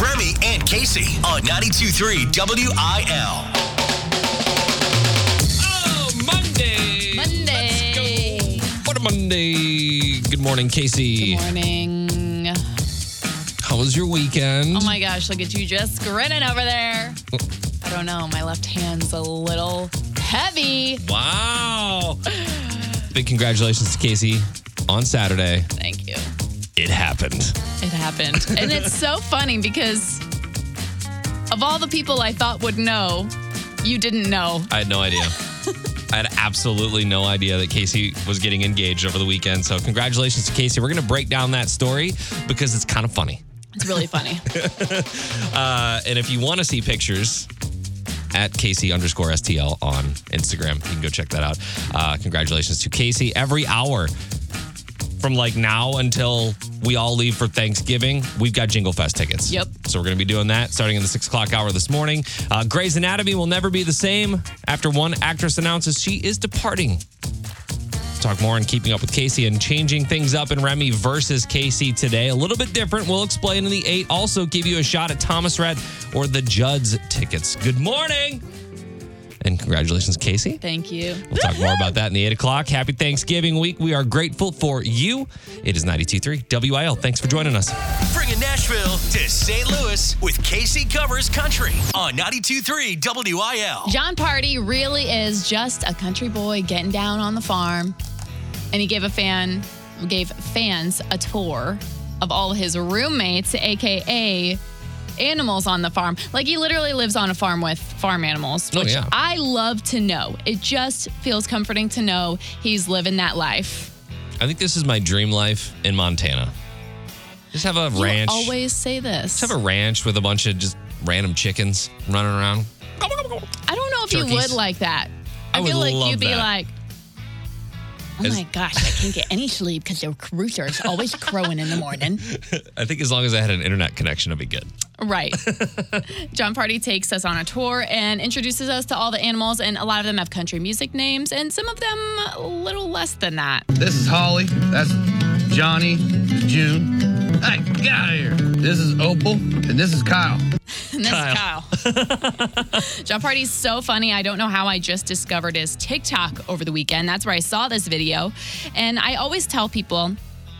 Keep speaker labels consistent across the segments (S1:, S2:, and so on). S1: Remy, and Casey on 92.3 WIL.
S2: Oh, Monday.
S3: Monday.
S2: Let's go. What a Monday. Good morning, Casey.
S3: Good morning.
S2: How was your weekend?
S3: Oh my gosh, look at you just grinning over there. I don't know, my left hand's a little heavy.
S2: Wow. Big congratulations to Casey on Saturday.
S3: Thank you.
S2: It happened.
S3: It happened. and it's so funny because of all the people I thought would know, you didn't know.
S2: I had no idea. I had absolutely no idea that Casey was getting engaged over the weekend. So, congratulations to Casey. We're going to break down that story because it's kind of funny.
S3: It's really funny.
S2: Uh, and if you want to see pictures, at Casey underscore STL on Instagram. You can go check that out. Uh, congratulations to Casey. Every hour from like now until we all leave for Thanksgiving, we've got Jingle Fest tickets.
S3: Yep.
S2: So we're going to be doing that starting in the six o'clock hour this morning. Uh, Grey's Anatomy will never be the same after one actress announces she is departing. Talk more on keeping up with Casey and changing things up in Remy versus Casey today. A little bit different. We'll explain in the eight. Also, give you a shot at Thomas Rhett or the Judds tickets. Good morning. And congratulations, Casey.
S3: Thank you.
S2: We'll talk more about that in the 8 o'clock. Happy Thanksgiving week. We are grateful for you. It is 92.3 WIL. Thanks for joining us.
S1: Bringing Nashville to St. Louis with Casey Covers Country on 92.3 WIL.
S3: John Party really is just a country boy getting down on the farm. And he gave a fan gave fans a tour of all his roommates, aka animals on the farm. Like he literally lives on a farm with farm animals,
S2: Oh,
S3: which
S2: yeah.
S3: I love to know. It just feels comforting to know he's living that life.
S2: I think this is my dream life in Montana. Just have a
S3: You
S2: ranch.
S3: always say this.
S2: Just have a ranch with a bunch of just random chickens running around.
S3: I don't know if you
S2: Turkeys.
S3: would like that.
S2: I
S3: I,
S2: would
S3: feel like
S2: love
S3: you'd be
S2: that.
S3: like, oh
S2: As-
S3: my gosh, I can't get any sleep because the roosters always crowing in the morning.
S2: I think as long as I had an internet connection, I'd be good.
S3: Right. John Party takes us on a tour and introduces us to all the animals, and a lot of them have country music names, and some of them a little less than that.
S4: This is Holly. That's Johnny. June. Hey, get out of here. This is Opal. And this is Kyle.
S3: And this
S2: Kyle.
S3: is Kyle. John Party's so funny. I don't know how I just discovered his TikTok over the weekend. That's where I saw this video. And I always tell people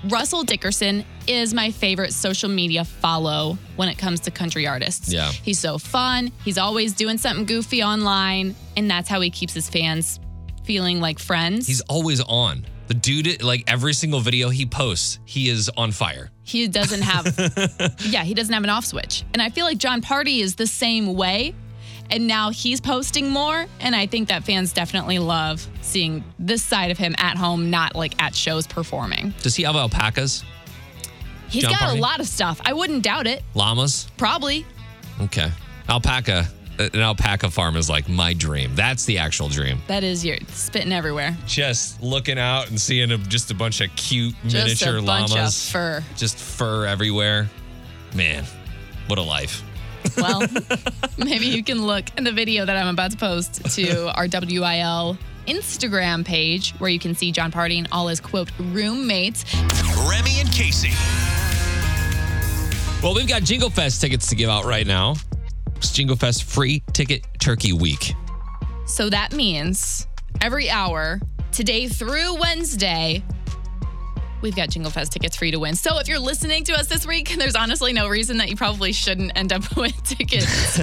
S3: Russell Dickerson is my favorite social media follow when it comes to country artists.
S2: Yeah.
S3: He's so fun. He's always doing something goofy online. And that's how he keeps his fans feeling like friends.
S2: He's always on. The dude, like every single video he posts, he is on fire.
S3: he doesn't have yeah he doesn't have an off switch and i feel like john party is the same way and now he's posting more and i think that fans definitely love seeing this side of him at home not like at shows performing
S2: Does he have alpacas,
S3: He's
S2: John
S3: got
S2: Party?
S3: a lot of stuff i wouldn't doubt it
S2: llamas?
S3: probably
S2: Okay. Alpaca. uh, An alpaca farm is like my dream. That's the actual dream.
S3: that is your spitting everywhere
S2: Just looking out and seeing a, just a bunch of cute
S3: just
S2: miniature
S3: a bunch
S2: llamas.
S3: of fur
S2: Just fur everywhere. Man, what a life.
S3: well maybe you can look in the video that i'm about to post to our wil instagram page where you can see john party and all his quote roommates
S1: Remy and Casey.
S2: Well, we've got Jingle Fest tickets to give out right now. It's Jingle Fest free ticket turkey week.
S3: So that means every hour, today through Wednesday, we've got Jingle Fest tickets for you to win. So if you're listening to us this week, there's honestly no reason that you probably shouldn't end up with tickets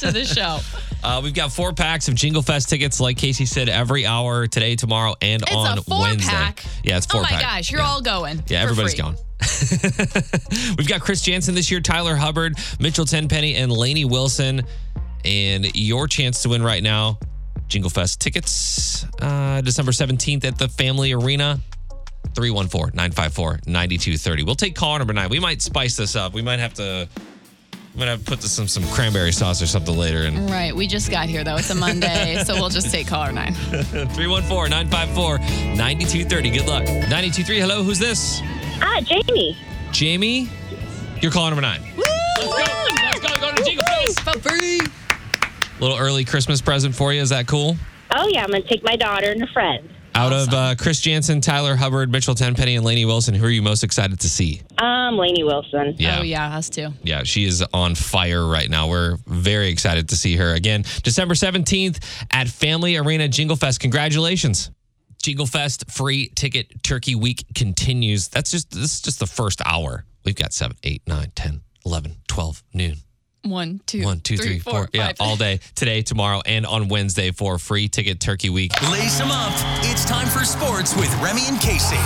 S3: to the show.
S2: Uh, we've got four packs of Jingle Fest tickets, like Casey said, every hour today, tomorrow, and
S3: It's
S2: on
S3: a four
S2: Wednesday.
S3: pack.
S2: Yeah, it's four
S3: oh my
S2: pack.
S3: gosh, you're
S2: Yeah.
S3: all going.
S2: Yeah,
S3: for
S2: everybody's
S3: free.
S2: gone. We've got Chris Jansen this year, Tyler Hubbard, Mitchell Tenpenny, and Laney Wilson. And your chance to win right now Jingle Fest tickets, uh, December 17th at the Family Arena. 314 954 9230. We'll take call number nine. We might spice this up. We might have to. I'm gonna have to put this in some cranberry sauce or something later. And
S3: Right, we just got here though. It's a Monday, so we'll just take caller nine.
S2: 314 954 9230. Good luck. 923. Hello, who's this?
S5: Ah, Jamie.
S2: Jamie, you're calling number nine. Let's go. Go to Jingle Bells.
S3: For free.
S2: Little early Christmas present for you. Is that cool?
S5: Oh yeah, I'm gonna take my daughter and a friend.
S2: Out of uh, Chris Jansen, Tyler Hubbard, Mitchell Tenpenny, and Lainey Wilson, who are you most excited to see?
S5: Um, Lainey Wilson.
S3: Oh, yeah, us too.
S2: Yeah, she is on fire right now. We're very excited to see her again. December 17th at Family Arena Jingle Fest. Congratulations. Jingle Fest free ticket turkey week continues. That's just this is just the first hour. We've got 7, 8, 9, 10, 11, 12, noon.
S3: One, two,
S2: One, two, three, four. Yeah, all day today, tomorrow, and on Wednesday for free ticket turkey week.
S1: Lace them up. It's time for sports with Remy and Casey.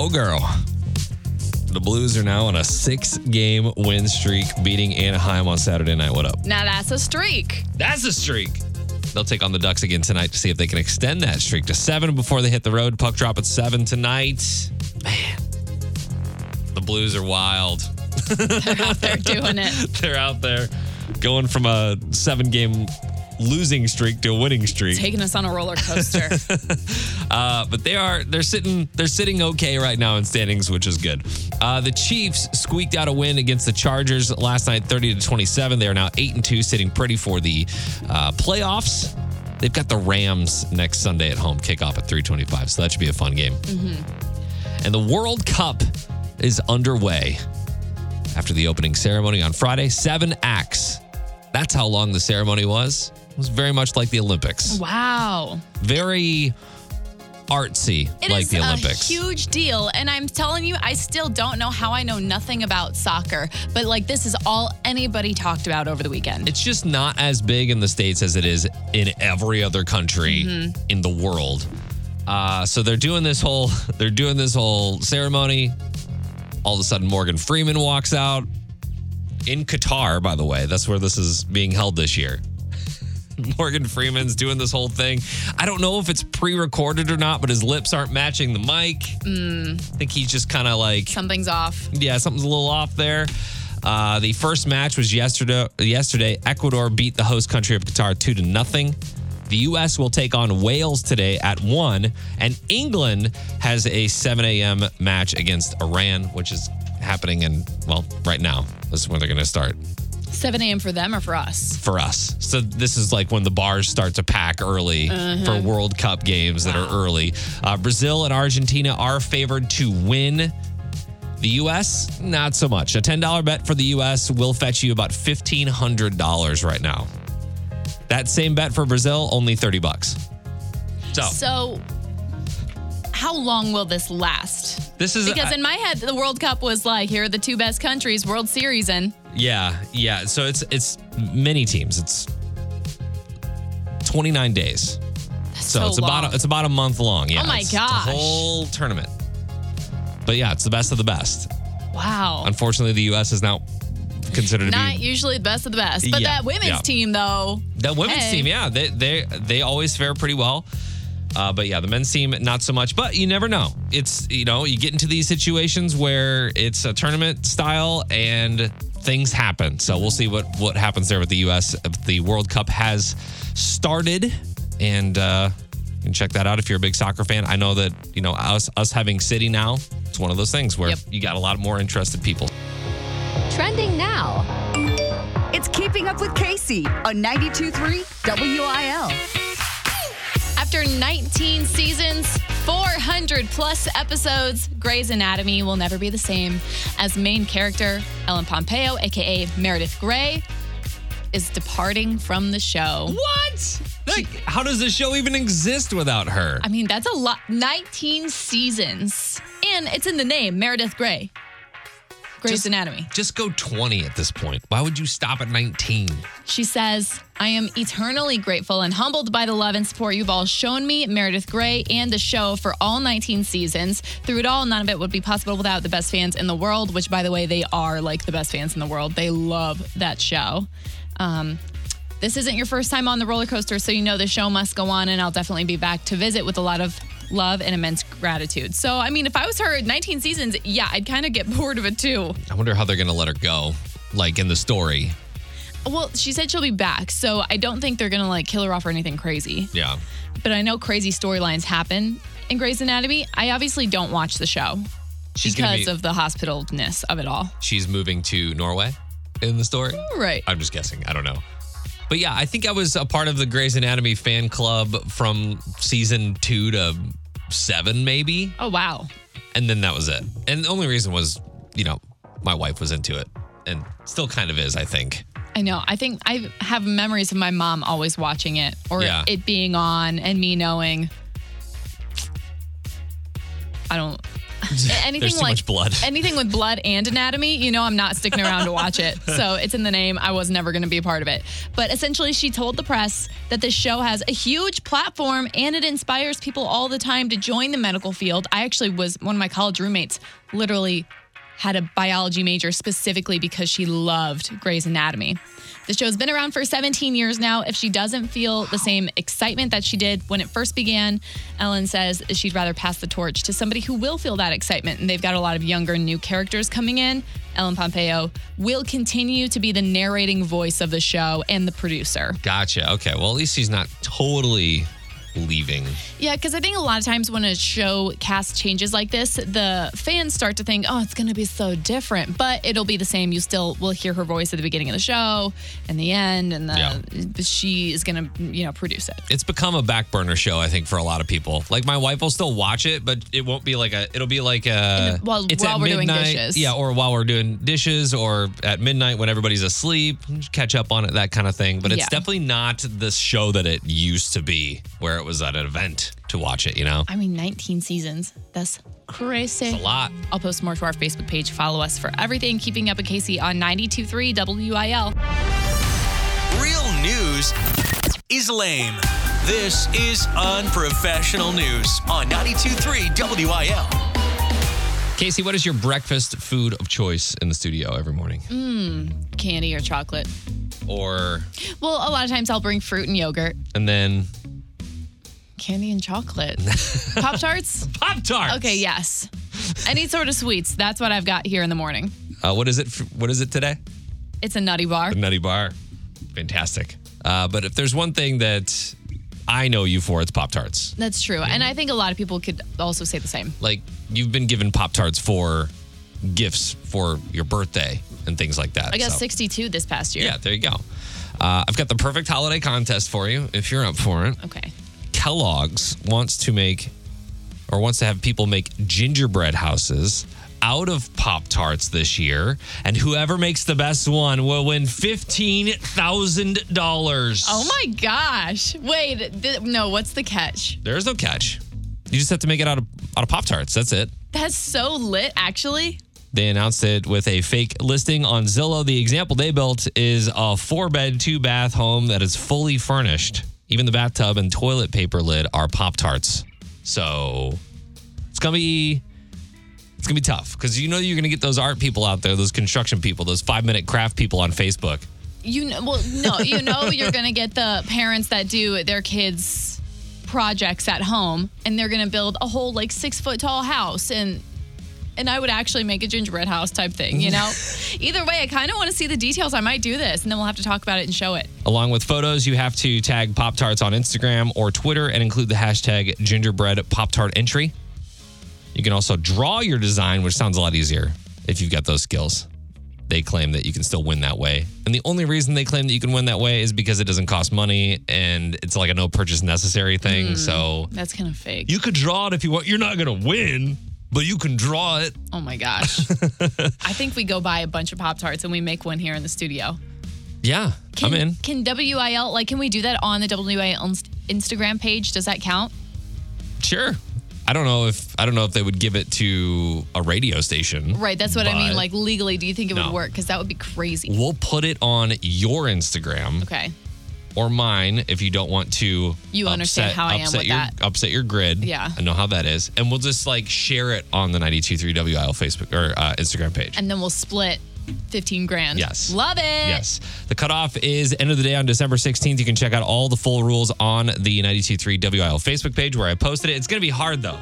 S2: Oh, girl. The Blues are now on a six game win streak, beating Anaheim on Saturday night. What up?
S3: Now that's a streak.
S2: That's a streak. They'll take on the Ducks again tonight to see if they can extend that streak to seven before they hit the road. Puck drop at seven tonight. Man, the Blues are wild.
S3: They're doing it.
S2: They're out there going from a seven game losing streak to a winning streak.
S3: Taking us on a roller coaster.
S2: Uh, but they are they're sitting they're sitting okay right now in standings, which is good. Uh, the Chiefs squeaked out a win against the Chargers last night, thirty to twenty seven. They are now eight and two, sitting pretty for the uh, playoffs. They've got the Rams next Sunday at home, kickoff at three twenty five. So that should be a fun game. And the World Cup is underway. After the opening ceremony on Friday, seven acts. That's how long the ceremony was. It was very much like the Olympics
S3: wow.
S2: very artsy
S3: It is
S2: like the Olympics.
S3: a huge deal. And I'm telling you, I still don't know how I know nothing about soccer, but like this is all anybody talked about over the weekend.
S2: it's just not as big in the States as it is in every other country
S3: Mm-hmm.
S2: in the world. Uh, so they're doing this whole they're doing this whole ceremony. All of a sudden Morgan Freeman walks out. In Qatar, by the way. That's where this is being held this year. Morgan Freeman's doing this whole thing. I don't know if it's pre-recorded or not, but his lips aren't matching the mic.
S3: Mm.
S2: I think he's just kind of like
S3: Something's off.
S2: yeah, something's a little off there. Uh, the first match was yesterday. Yesterday, Ecuador beat the host country of Qatar two to nothing. The U.S. will take on Wales today at one, and England has a 7 a.m. match against Iran, which is happening in well, right now. This is when they're going to start
S3: 7 a.m. for them or for us?
S2: for us. So this is like when the bars start to pack early for World Cup games that are early. Uh, Brazil and Argentina are favored to win. The U.S. not so much. A ten dollar bet for the U.S. will fetch you about fifteen hundred dollars right now. That same bet for Brazil only thirty bucks. So,
S3: Oh. So, how long will this last?
S2: this is
S3: Because
S2: I-
S3: in my head, the World Cup was like, here are the two best countries, World Series, and
S2: Yeah, yeah. So it's it's many teams. It's twenty nine days. so
S3: so
S2: it's about
S3: long.
S2: a, it's about a month long. Yeah.
S3: Oh my
S2: it's
S3: gosh.
S2: The whole tournament. But yeah, it's the best of the best.
S3: wow.
S2: Unfortunately, the U.S. is now considered to
S3: Not
S2: be
S3: usually the best of the best. But
S2: Yeah,
S3: that women's
S2: yeah.
S3: team, though,
S2: the women's
S3: Hey.
S2: team. Yeah, they they they always fare pretty well. Uh, but yeah, the men's team not so much. But you never know. It's you know you get into these situations where it's a tournament style and things happen. So we'll see what what happens there with the U.S. The World Cup has started, and uh, you can check that out if you're a big soccer fan. I know that you know us us having City now. It's one of those things where
S3: Yep.
S2: you got a lot more interested people.
S6: Trending now.
S7: It's Keeping Up with Casey on 92.3 WIL.
S3: After 19 seasons, 400 plus episodes, Grey's Anatomy will never be the same as main character Ellen Pompeo, aka Meredith Grey, is departing from the show.
S2: What? Like, how does this show even exist without her?
S3: I mean, that's a lot. 19 seasons. And it's in the name, Meredith Grey. Grey's
S2: Just-
S3: Anatomy.
S2: Just go 20 at this point. Why would you stop at 19?
S3: She says, I am eternally grateful and humbled by the love and support you've all shown me, Meredith Grey, and the show for all 19 seasons. Through it all, none of it would be possible without the best fans in the world, which, by the way, they are like the best fans in the world. They love that show. Um, this isn't your first time on the roller coaster, so you know the show must go on, and I'll definitely be back to visit with a lot of love and immense gratitude. So, I mean, if I was her 19 seasons, yeah, I'd kind of get bored of it too.
S2: I wonder how they're going to let her go, like in the story.
S3: Well, she said she'll be back, so I don't think they're gonna like kill her off or anything crazy.
S2: Yeah.
S3: But I know crazy storylines happen in Grey's Anatomy. I obviously don't watch the show
S2: She's gonna
S3: because
S2: be-
S3: of the hospitalness of it all.
S2: She's moving to Norway in the story.
S3: Right.
S2: I'm just guessing. I don't know. But yeah, I think I was a part of the Grey's Anatomy fan club from season two to seven, maybe.
S3: Oh, wow.
S2: And then that was it. And the only reason was, you know, my wife was into it and still kind of is, I think.
S3: I know. I think I have memories of my mom always watching it or
S2: Yeah.
S3: it being on and me knowing. I don't. Anything
S2: There's too
S3: like
S2: much blood.
S3: anything with blood and anatomy, you know, I'm not sticking around to watch it. So it's in the name. I was never going to be a part of it. But essentially, she told the press that this show has a huge platform and it inspires people all the time to join the medical field. I actually was one of my college roommates, literally had a biology major specifically because she loved Grey's Anatomy. The show's been around for 17 years now. If she doesn't feel the same excitement that she did when it first began, Ellen says she'd rather pass the torch to somebody who will feel that excitement. And they've got a lot of younger, new characters coming in. Ellen Pompeo will continue to be the narrating voice of the show and the producer.
S2: Gotcha. Okay. Well, at least he's not totally leaving.
S3: Yeah, because I think a lot of times when a show cast changes like this, the fans start to think, oh, it's going to be so different, but it'll be the same. You still will hear her voice at the beginning of the show and the end, and the, she is going to, you know, produce it.
S2: It's become a back burner show, I think, for a lot of people. Like my wife will still watch it, but it won't be like a. It'll be like a.
S3: the- while-
S2: it's
S3: while
S2: at
S3: we're doing
S2: midnight,
S3: dishes.
S2: Yeah, or while we're doing dishes, or at midnight when everybody's asleep, catch up on it, that kind of thing. But it's
S3: Yeah.
S2: definitely not the show that it used to be, where it was at an event to watch it. You know,
S3: I mean, 19 seasons. That's crazy.
S2: a lot.
S3: I'll post more to our Facebook page. Follow us for everything. Keeping Up with Casey on 92.3 WIL.
S1: Real news is lame. This is unprofessional news on 92.3 WIL.
S2: Casey, what is your breakfast food of choice in the studio every morning?
S3: Mm. Candy or chocolate.
S2: Or
S3: Well, a lot of times I'll bring fruit and yogurt.
S2: and then
S3: Candy and chocolate. Pop Tarts?
S2: Pop Tarts.
S3: Okay, yes. Any sort of sweets. That's what I've got here in the morning.
S2: Uh, what is it? f- What is it today?
S3: It's a nutty bar.
S2: The Nutty Bar. Fantastic. Uh, but if there's one thing that I know you for, it's Pop Tarts.
S3: That's true. And I think a lot of people could also say the same.
S2: Like you've been given Pop Tarts for gifts for your birthday and things like that.
S3: I got
S2: so-
S3: 62 this past year.
S2: Yeah, there you go. Uh, I've got the perfect holiday contest for you if you're up for it.
S3: Okay.
S2: Kellogg's wants to make or wants to have people make gingerbread houses out of Pop Tarts this year. And whoever makes the best one will win $15,000.
S3: Oh my gosh. Wait, th- no, what's the catch?
S2: There is no catch. You just have to make it out of out of Pop Tarts. That's it.
S3: That's so lit, actually.
S2: They announced it with a fake listing on Zillow. The example they built is a four bed, two bath home that is fully furnished. Even the bathtub and toilet paper lid are Pop Tarts. So it's gonna be it's gonna be tough because you know you're gonna get those art people out there, those construction people, those five minute craft people on Facebook.
S3: You know, well, no, you know you're going to get the parents that do their kids' projects at home and they're going to build a whole like six foot tall house and and I would actually make a gingerbread house type thing, you know? Either way, I kind of want to see the details. I might do this and then we'll have to talk about it and show it.
S2: Along with photos, you have to tag Pop Tarts on Instagram or Twitter and include the hashtag gingerbread Pop Tart entry. You can also draw your design, which sounds a lot easier if you've got those skills. They claim that you can still win that way. And the only reason they claim that you can win that way is because it doesn't cost money and it's like a no purchase necessary thing.
S3: Mm.
S2: So
S3: That's kind of fake.
S2: you could draw it if you want. You're not going to win, but you can draw it.
S3: oh my gosh. I think we go buy a bunch of Pop Tarts and we make one here in the studio.
S2: Yeah,
S3: Can,
S2: I'm in.
S3: Can WIL, like, can we do that on the WIL inst- Instagram page? Does that count?
S2: Sure. I don't know if I don't know if they would give it to a radio station.
S3: Right, that's what I mean.
S2: but-
S3: Like, legally, do you think it
S2: No.
S3: would work? Because that would be crazy.
S2: We'll put it on your Instagram
S3: Okay.
S2: or mine if you don't want to.
S3: You understand how I am
S2: upset
S3: with
S2: your,
S3: that.
S2: Upset your grid.
S3: Yeah.
S2: I know how that is, and we'll just like share it on the 923 WIL Facebook or uh, Instagram page.
S3: And then we'll split 15 grand.
S2: Yes.
S3: Love it.
S2: Yes. The cutoff is end of the day on December 16th. You can check out all the full rules on the 923 WIL Facebook page where I posted it. It's going to be hard though.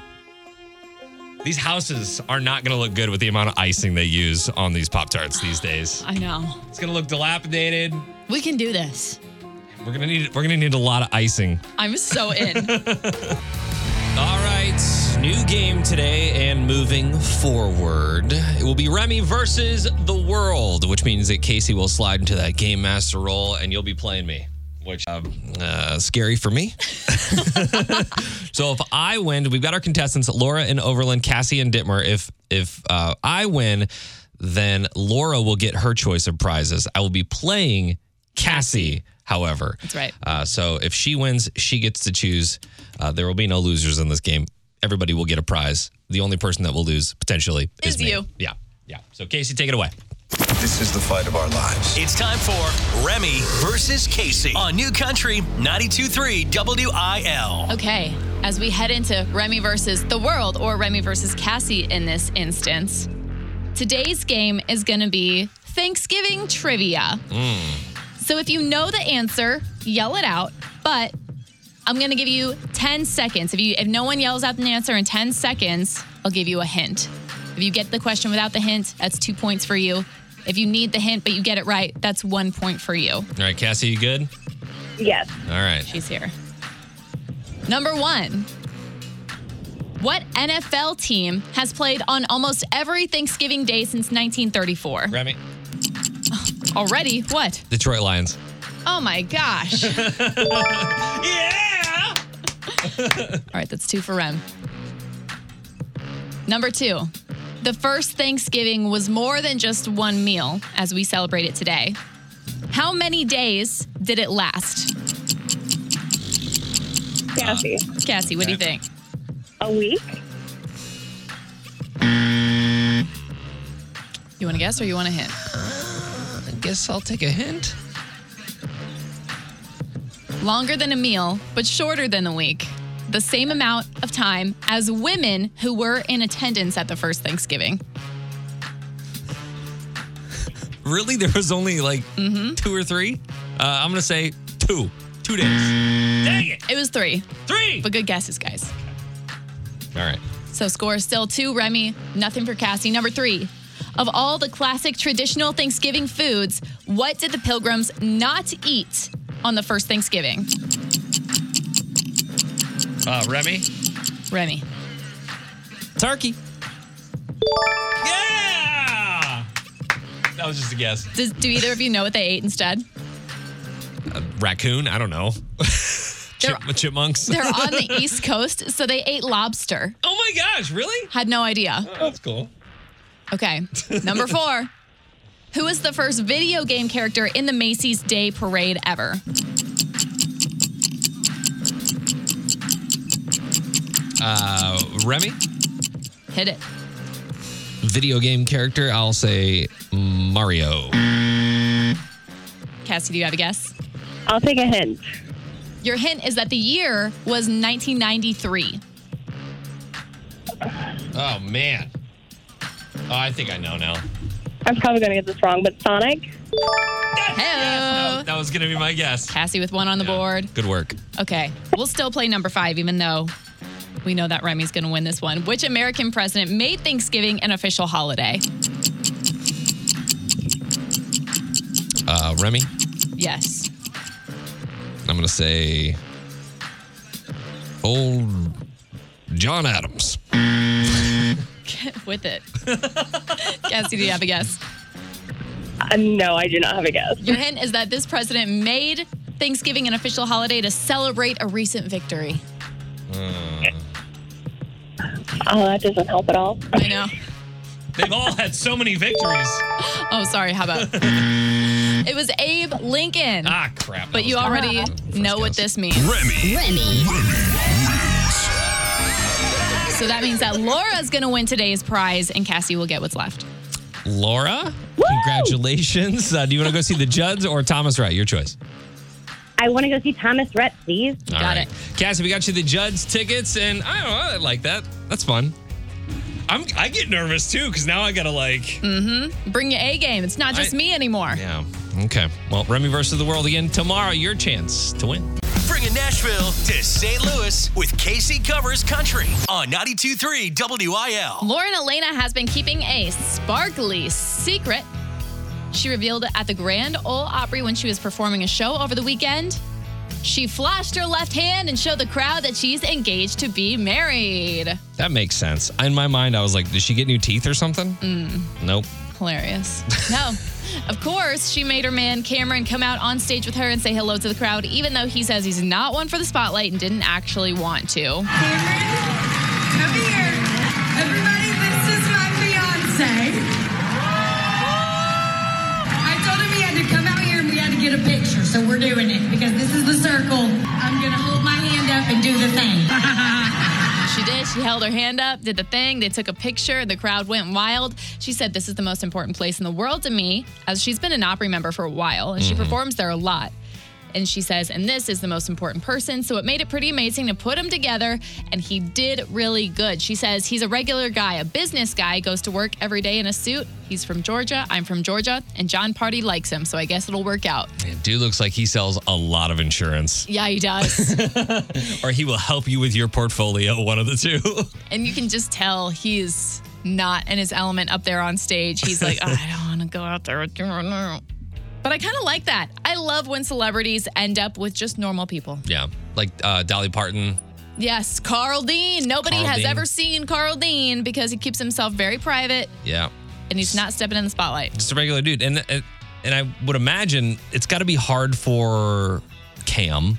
S2: These houses are not going to look good with the amount of icing they use on these Pop Tarts these days.
S3: I know.
S2: It's going to look dilapidated.
S3: We can do this.
S2: We're going to need we're going to need a lot of icing.
S3: I'm so in.
S2: All right, new game today and moving forward. It will be Remy versus the world, which means that Casey will slide into that game master role and you'll be playing me. which uh, uh, scary for me. so if I win, we've got our contestants Laura and Overland, Cassie and Ditmer. If if uh, I win, then Laura will get her choice of prizes. I will be playing Cassie. However,
S3: That's right.
S2: Uh, so if she wins, she gets to choose. Uh, there will be no losers in this game. Everybody will get a prize. The only person that will lose potentially is,
S3: Is
S2: me.
S3: you.
S2: Yeah, yeah. So Casey, take it away.
S5: This is the fight of our lives.
S1: It's time for Remy versus Casey on New Country 92.3 WIL.
S3: Okay, as we head into Remy versus the world, or Remy versus Cassie in this instance, today's game is going to be Thanksgiving trivia. So if you know the answer, yell it out, but I'm going to give you 10 seconds. If you if no one yells out an answer in 10 seconds, I'll give you a hint. If you get the question without the hint, that's 2 points for you. If you need the hint but you get it right, that's 1 point for you.
S2: All right, Cassie, you good?
S8: Yes.
S2: All right.
S3: She's here. Number one. What NFL team has played on almost every Thanksgiving day since 1934?
S2: Remy.
S3: Already? What?
S2: Detroit Lions.
S3: Oh my gosh. All
S2: Yeah.
S3: right, that's two for Rem. Number two. The first Thanksgiving was more than just one meal as we celebrate it today. How many days did it last?
S8: Cassie.
S3: Cassie, what do you think?
S8: a week?
S3: You want to guess or you want a hint?
S2: I guess I'll take a hint.
S3: longer than a meal, but shorter than a week. The same amount of time as women who were in attendance at the first Thanksgiving.
S2: Really? There was only like two or three? Uh, I'm going to say two. Two days. Dang it.
S3: It was three,
S2: Three.
S3: but good guesses, guys.
S2: All right.
S3: So score is still two, Remy, nothing for Cassie. Number three, of all the classic traditional Thanksgiving foods, what did the pilgrims not eat on the first Thanksgiving?
S2: Uh, Remy.
S3: Remy.
S2: Turkey. Yeah. That was just a guess.
S3: Does, do either of you know what they ate instead?
S2: Raccoon? I don't know. Chip- chipmunks?
S3: They're on the East Coast, so they ate lobster.
S2: oh my gosh, really?
S3: Had no idea.
S2: Oh, that's cool.
S3: Okay. Number four. Who was the first video game character in the Macy's Day Parade ever?
S2: Uh, Remy?
S3: Hit it.
S2: Video game character, I'll say Mario.
S3: Cassie, do you have a guess?
S8: I'll take a hint.
S3: Your hint is that the year was 1993.
S2: Oh man. Oh, I think I know now.
S8: I'm probably going to get this wrong, but Sonic?
S3: Hello.
S2: That was gonna be my guess.
S3: Cassie with one on the board.
S2: Good work.
S3: Okay. We'll still play number five, even though we know that Remy's going to win this one. Which American president made Thanksgiving an official holiday?
S2: Uh, Remy,
S3: Yes.
S2: I'm gonna say old John Adams.
S3: with it. Cassie, do you have a guess?
S8: Uh, no, I do not have a guess.
S3: Your hint is that this president made Thanksgiving an official holiday to celebrate a recent victory.
S8: Hmm. Oh, that doesn't help at all.
S3: I know.
S2: They've all had so many victories.
S3: Oh, sorry. How about? it was Abe Lincoln.
S2: Ah, crap.
S3: but you already know what this means.
S1: Remy.
S3: So that means that Laura's going to win today's prize and Cassie will get what's left.
S2: Laura, congratulations. Uh, do you want to go see the Judds or Thomas Wright? Your choice.
S8: I want to go see Thomas Rhett, please.
S2: All
S3: Got
S2: right.
S3: it.
S2: Cassie, we got you the Judds tickets, and I don't know, I like that. That's fun. I'm, I get nervous too because now I gotta like.
S3: Mm. Bring your A game. It's not just
S2: I-
S3: me anymore.
S2: Yeah. Okay. Well, Remy versus the world again tomorrow. Your chance to win.
S1: Bringing Nashville to St. Louis with Casey Covers Country on 92.3 WIL.
S3: Lauren Elena has been keeping a sparkly secret. She revealed it at the Grand Ole Opry when she was performing a show over the weekend. She flashed her left hand and showed the crowd that she's engaged to be married.
S2: That makes
S3: Mm.
S2: sense. In my mind, I was like, did she get new teeth or something? Nope.
S3: Hilarious. No. Of course, she made her man Cameron come out on stage with her and say hello to the crowd, even though he says he's not one for the spotlight and didn't actually want to.
S9: Come here. Everybody, this is my fiance. I told him he had to come out here and we had to get a picture, so we're doing it because this is the circle. I'm gonna hold my hand up and do the thing.
S3: She did. She held her hand up, did the thing. They took a picture. The crowd went wild. She said, This is the most important place in the world to me, as she's been an Opry member for a while and she performs there a lot. And she says, And this is the most important person. So it made it pretty amazing to put him together. And he did really good. She says, He's a regular guy, a business guy, goes to work every day in a suit. He's from Georgia. I'm from Georgia. And John Party likes him. So I guess it'll work out.
S2: Man, dude looks like he sells a lot of insurance,
S3: Yeah, he does.
S2: or he will help you with your portfolio. One of the two.
S3: and you can just tell he's not in his element up there on stage. He's like, "Oh, I don't want to go out there with you right now." But I kind of like that. I love when celebrities end up with just normal people.
S2: yeah, like uh, Dolly Parton.
S3: Yes, Carl Dean. Nobody
S2: Carl
S3: has
S2: Dean.
S3: ever seen Carl Dean because he keeps himself very private
S2: Yeah,
S3: and he's not stepping in the spotlight.
S2: just a regular dude, and and, and I would imagine it's got to be hard for Cam,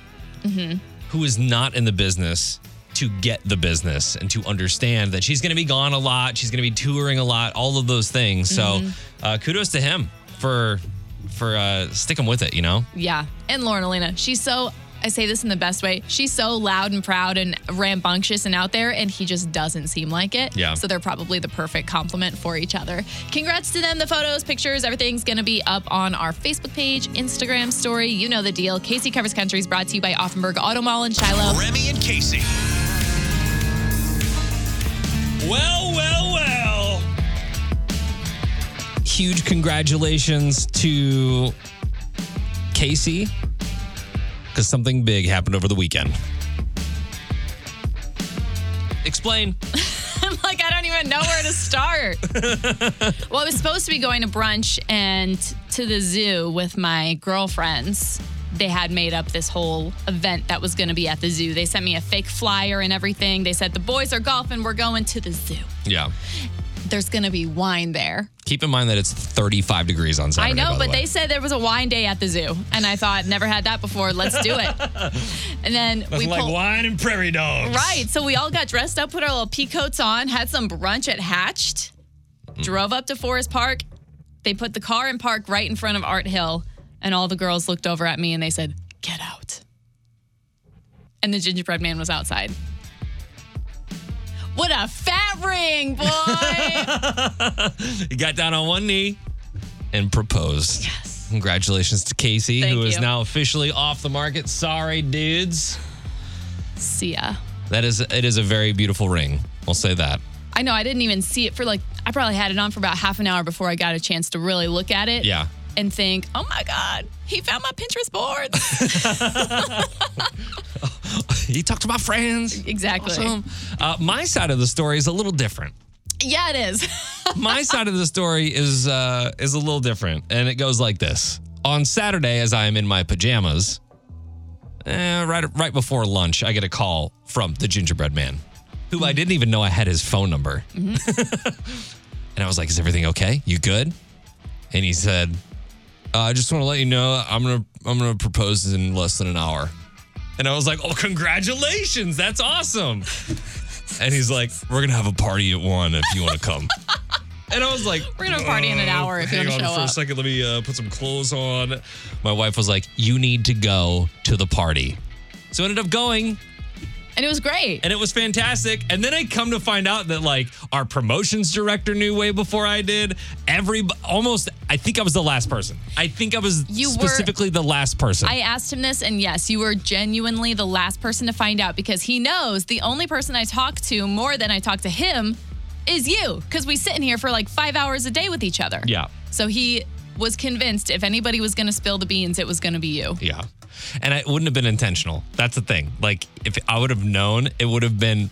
S2: who is not in the business, to get the business and to understand that she's going to be gone a lot, she's going to be touring a lot, all of those things. So, uh, kudos to him for for uh, sticking with it. You know,
S3: Yeah. And Lauren Elena, she's so, I say this in the best way, she's so loud and proud and rambunctious and out there, and he just doesn't seem like it.
S2: Yeah.
S3: So they're probably the perfect complement for each other. Congrats to them. The photos, pictures, everything's going to be up on our Facebook page, Instagram story. You know the deal. Casey Covers Country is brought to you by Offenburg Auto Mall in Shiloh.
S1: Remy and Casey.
S2: Well, well, well. Huge congratulations to Casey because something big happened over the weekend. Explain.
S3: I'm like, I don't even know where to start. well, I was supposed to be going to brunch and to the zoo with my girlfriends. They had made up this whole event that was going to be at the zoo. They sent me a fake flyer and everything. They said, The boys are golfing. We're going to the zoo.
S2: Yeah.
S3: There's going to be wine there.
S2: Keep in mind that it's 35 degrees on Saturday.
S3: I know,
S2: by the
S3: but
S2: way.
S3: they said there was a wine day at the zoo. And I thought, Never had that before. Let's do it. and then we
S2: Nothing like
S3: pulled.
S2: wine and prairie dogs.
S3: Right. So we all got dressed up, put our little pea coats on, had some brunch at Hatched, drove up to Forest Park. They put the car in park right in front of Art Hill, and all the girls looked over at me and they said, Get out. And the gingerbread man was outside. What a fat ring, boy.
S2: He got down on one knee and proposed. Yes. Congratulations to Casey,
S3: Thank
S2: who is
S3: you.
S2: now officially off the market. Sorry, dudes.
S3: see ya.
S2: That is, it is a very beautiful ring. We'll say that.
S3: I know I didn't even see it for like, I probably had it on for about half an hour before I got a chance to really look at it.
S2: Yeah.
S3: And think, oh my God, he found my Pinterest board.
S2: He talked to my friends.
S3: exactly.
S2: Awesome. Uh, my side of the story is a little different.
S3: Yeah, it is.
S2: My side of the story is uh, is a little different, and it goes like this: On Saturday, as I am in my pajamas, eh, right right before lunch, I get a call from the gingerbread man, who I didn't even know I had his phone number.
S3: Mm-hmm.
S2: and I was like, "Is everything okay? You good?" And he said, uh, "I just want to let you know I'm gonna I'm gonna propose in less than an hour." And I was like, "Oh, congratulations! That's awesome!" And he's like, "We're gonna have a party at one if you want to come." And I was like, "Oh,
S3: We're gonna have a party in an hour if you
S2: hang
S3: wanna
S2: on
S3: show
S2: for a
S3: up."
S2: second. Let me uh, put some clothes on." My wife was like, "You need to go to the party." So I ended up going,
S3: And it was great.
S2: and it was fantastic. And then I come to find out that like our promotions director knew way before I did. Every almost, I think I was the last person. I think I was
S3: You were-
S2: specifically the last person.
S3: I asked him this, and yes, you were genuinely the last person to find out because he knows the only person I talk to more than I talk to him is you because we sit in here for like five hours a day with each other.
S2: Yeah.
S3: So he was convinced if anybody was gonna spill the beans, it was gonna be you.
S2: yeah, and it wouldn't have been intentional. That's the thing. Like if I would have known, it would have been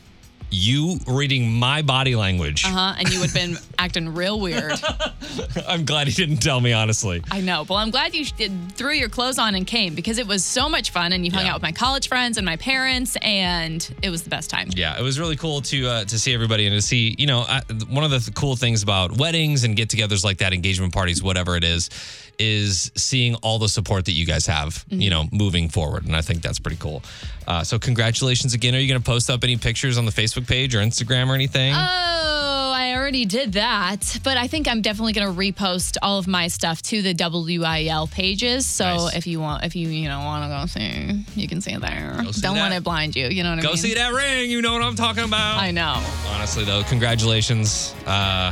S2: you reading my body language.
S3: Uh huh. And you would have been acting real weird.
S2: I'm glad he didn't tell me, honestly.
S3: I know. Well, I'm glad you sh- did, threw your clothes on and came because it was so much fun, and you hung
S2: Yeah.
S3: out with my college friends and my parents, and it was the best time.
S2: Yeah, it was really cool to uh, to see everybody and to see you know I, one of the th- cool things about weddings and get-togethers like that, engagement parties, whatever it is, is seeing all the support that you guys have,
S3: Mm-hmm.
S2: you know, moving forward, and I think that's pretty cool. Uh, so congratulations again. Are you going to post up any pictures on the Facebook page or Instagram or anything?
S3: Oh, I already did that, but I think I'm definitely going to repost all of my stuff to the WIL pages. So
S2: Nice.
S3: if you want, if you you know want to go see, you can see it there.
S2: Go see
S3: Don't let
S2: that.
S3: it blind you. You know what I
S2: Go
S3: mean?
S2: see that ring. You know what I'm talking about.
S3: I know.
S2: Honestly, though, congratulations. Uh,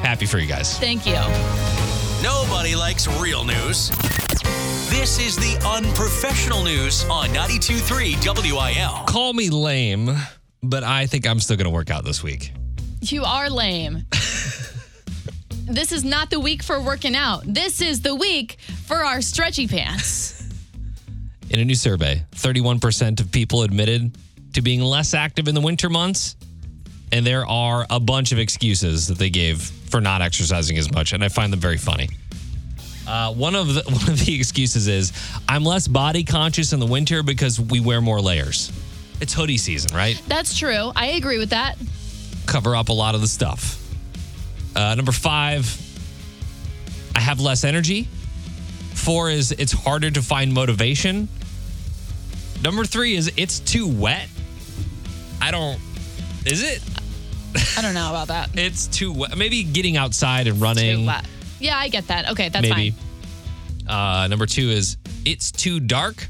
S2: happy for you guys.
S3: Thank you.
S1: Nobody likes real news. This is the unprofessional news on 92.3 WIL.
S2: Call me lame, but I think I'm still going to work out this week.
S3: You are lame. this is not the week for working out. This is the week for our stretchy pants.
S2: In a new survey, 31% of people admitted to being less active in the winter months. And there are a bunch of excuses that they gave for not exercising as much. And I find them very funny. Uh, one of the, one of the excuses is I'm less body conscious in the winter because we wear more layers. It's hoodie season, right?
S3: That's true. I agree with that.
S2: cover up a lot of the stuff. Uh, number five, I have less energy. Four is it's harder to find motivation. Number three is it's too wet. I don't. Is it?
S3: I don't know about that.
S2: It's too wet. Maybe getting outside and running.
S3: Too wet. Yeah, I get that. Okay, that's
S2: maybe.
S3: fine.
S2: Uh, number two is it's too dark.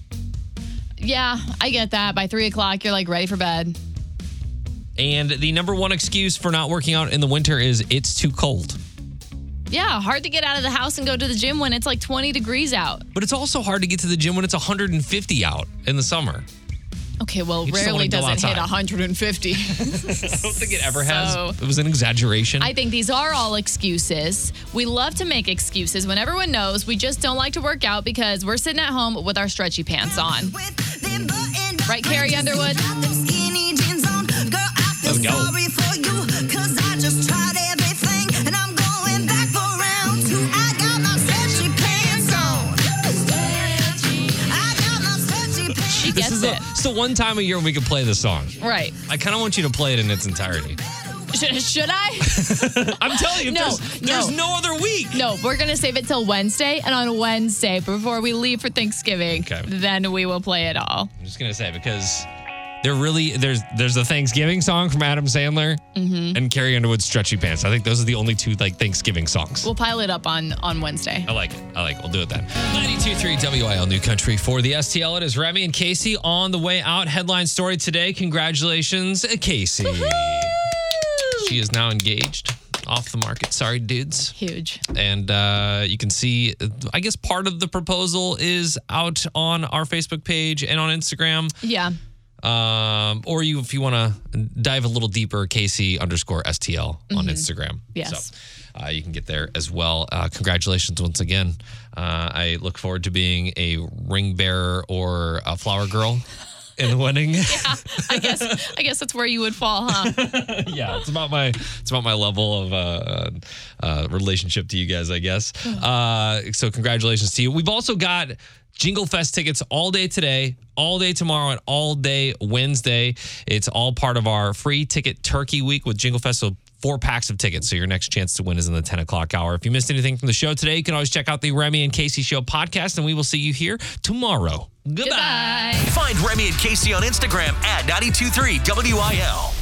S3: Yeah, I get that. By three o'clock, you're like ready for bed.
S2: And the number one excuse for not working out in the winter is it's too cold.
S3: Yeah, hard to get out of the house and go to the gym when it's like 20 degrees out.
S2: But it's also hard to get to the gym when it's 150 out in the summer.
S3: Okay, well,
S2: You just don't
S3: rarely
S2: wanna
S3: does
S2: go
S3: it hit
S2: outside.
S3: 150.
S2: I don't think it ever has.
S3: So-
S2: It was an exaggeration.
S3: I think these are all excuses. We love to make excuses when everyone knows we just don't like to work out because we're sitting at home with our stretchy pants on. Right, Carrie Underwood?
S2: Oh, Let's go.
S3: She
S2: this
S3: gets
S2: is
S3: it.
S2: the, it's the one time a year we can play this song.
S3: right.
S2: I kind of want you to play it in its entirety.
S3: Should, should I?
S2: I'm telling you,
S3: No,
S2: there's, there's
S3: no.
S2: no other week.
S3: no, we're going to save it till Wednesday. And on Wednesday, before we leave for Thanksgiving,
S2: Okay.
S3: then we will play it all.
S2: I'm just gonna say because there really there's there's the Thanksgiving song from Adam Sandler
S3: Mm-hmm.
S2: and Carrie Underwood's Stretchy Pants. I think those are the only two like Thanksgiving songs.
S3: We'll pile it up on, on Wednesday.
S2: I like it. I like it. We'll do it then. 92.3 WIL New Country for the STL. It is Remy and Casey on the way out. Headline story today. Congratulations, uh, Casey. She is now engaged. Off the market. Sorry, dudes.
S3: Huge.
S2: And uh, you can see, uh, I guess part of the proposal is out on our Facebook page and on Instagram.
S3: Yeah.
S2: Um, or you, if you want to dive a little deeper, Casey underscore STL on Instagram.
S3: Yes.
S2: So, uh, you can get there as well. Uh, congratulations once again. Uh, I look forward to being a ring bearer or a flower girl in the wedding.
S3: I guess I guess that's where you would fall, huh?
S2: yeah, it's about my it's about my level of uh, uh, relationship to you guys, I guess. Uh, so congratulations to you. We've also got Jingle Fest tickets all day today, all day tomorrow, and all day Wednesday. It's all part of our free ticket turkey week with Jingle Fest. So four packs of tickets. So your next chance to win is in the 10 o'clock hour. If you missed anything from the show today, you can always check out the Remy and Casey Show podcast, and we will see you here tomorrow. Goodbye.
S3: Goodbye.
S1: Find Remy and Casey on Instagram at 92.3 WIL.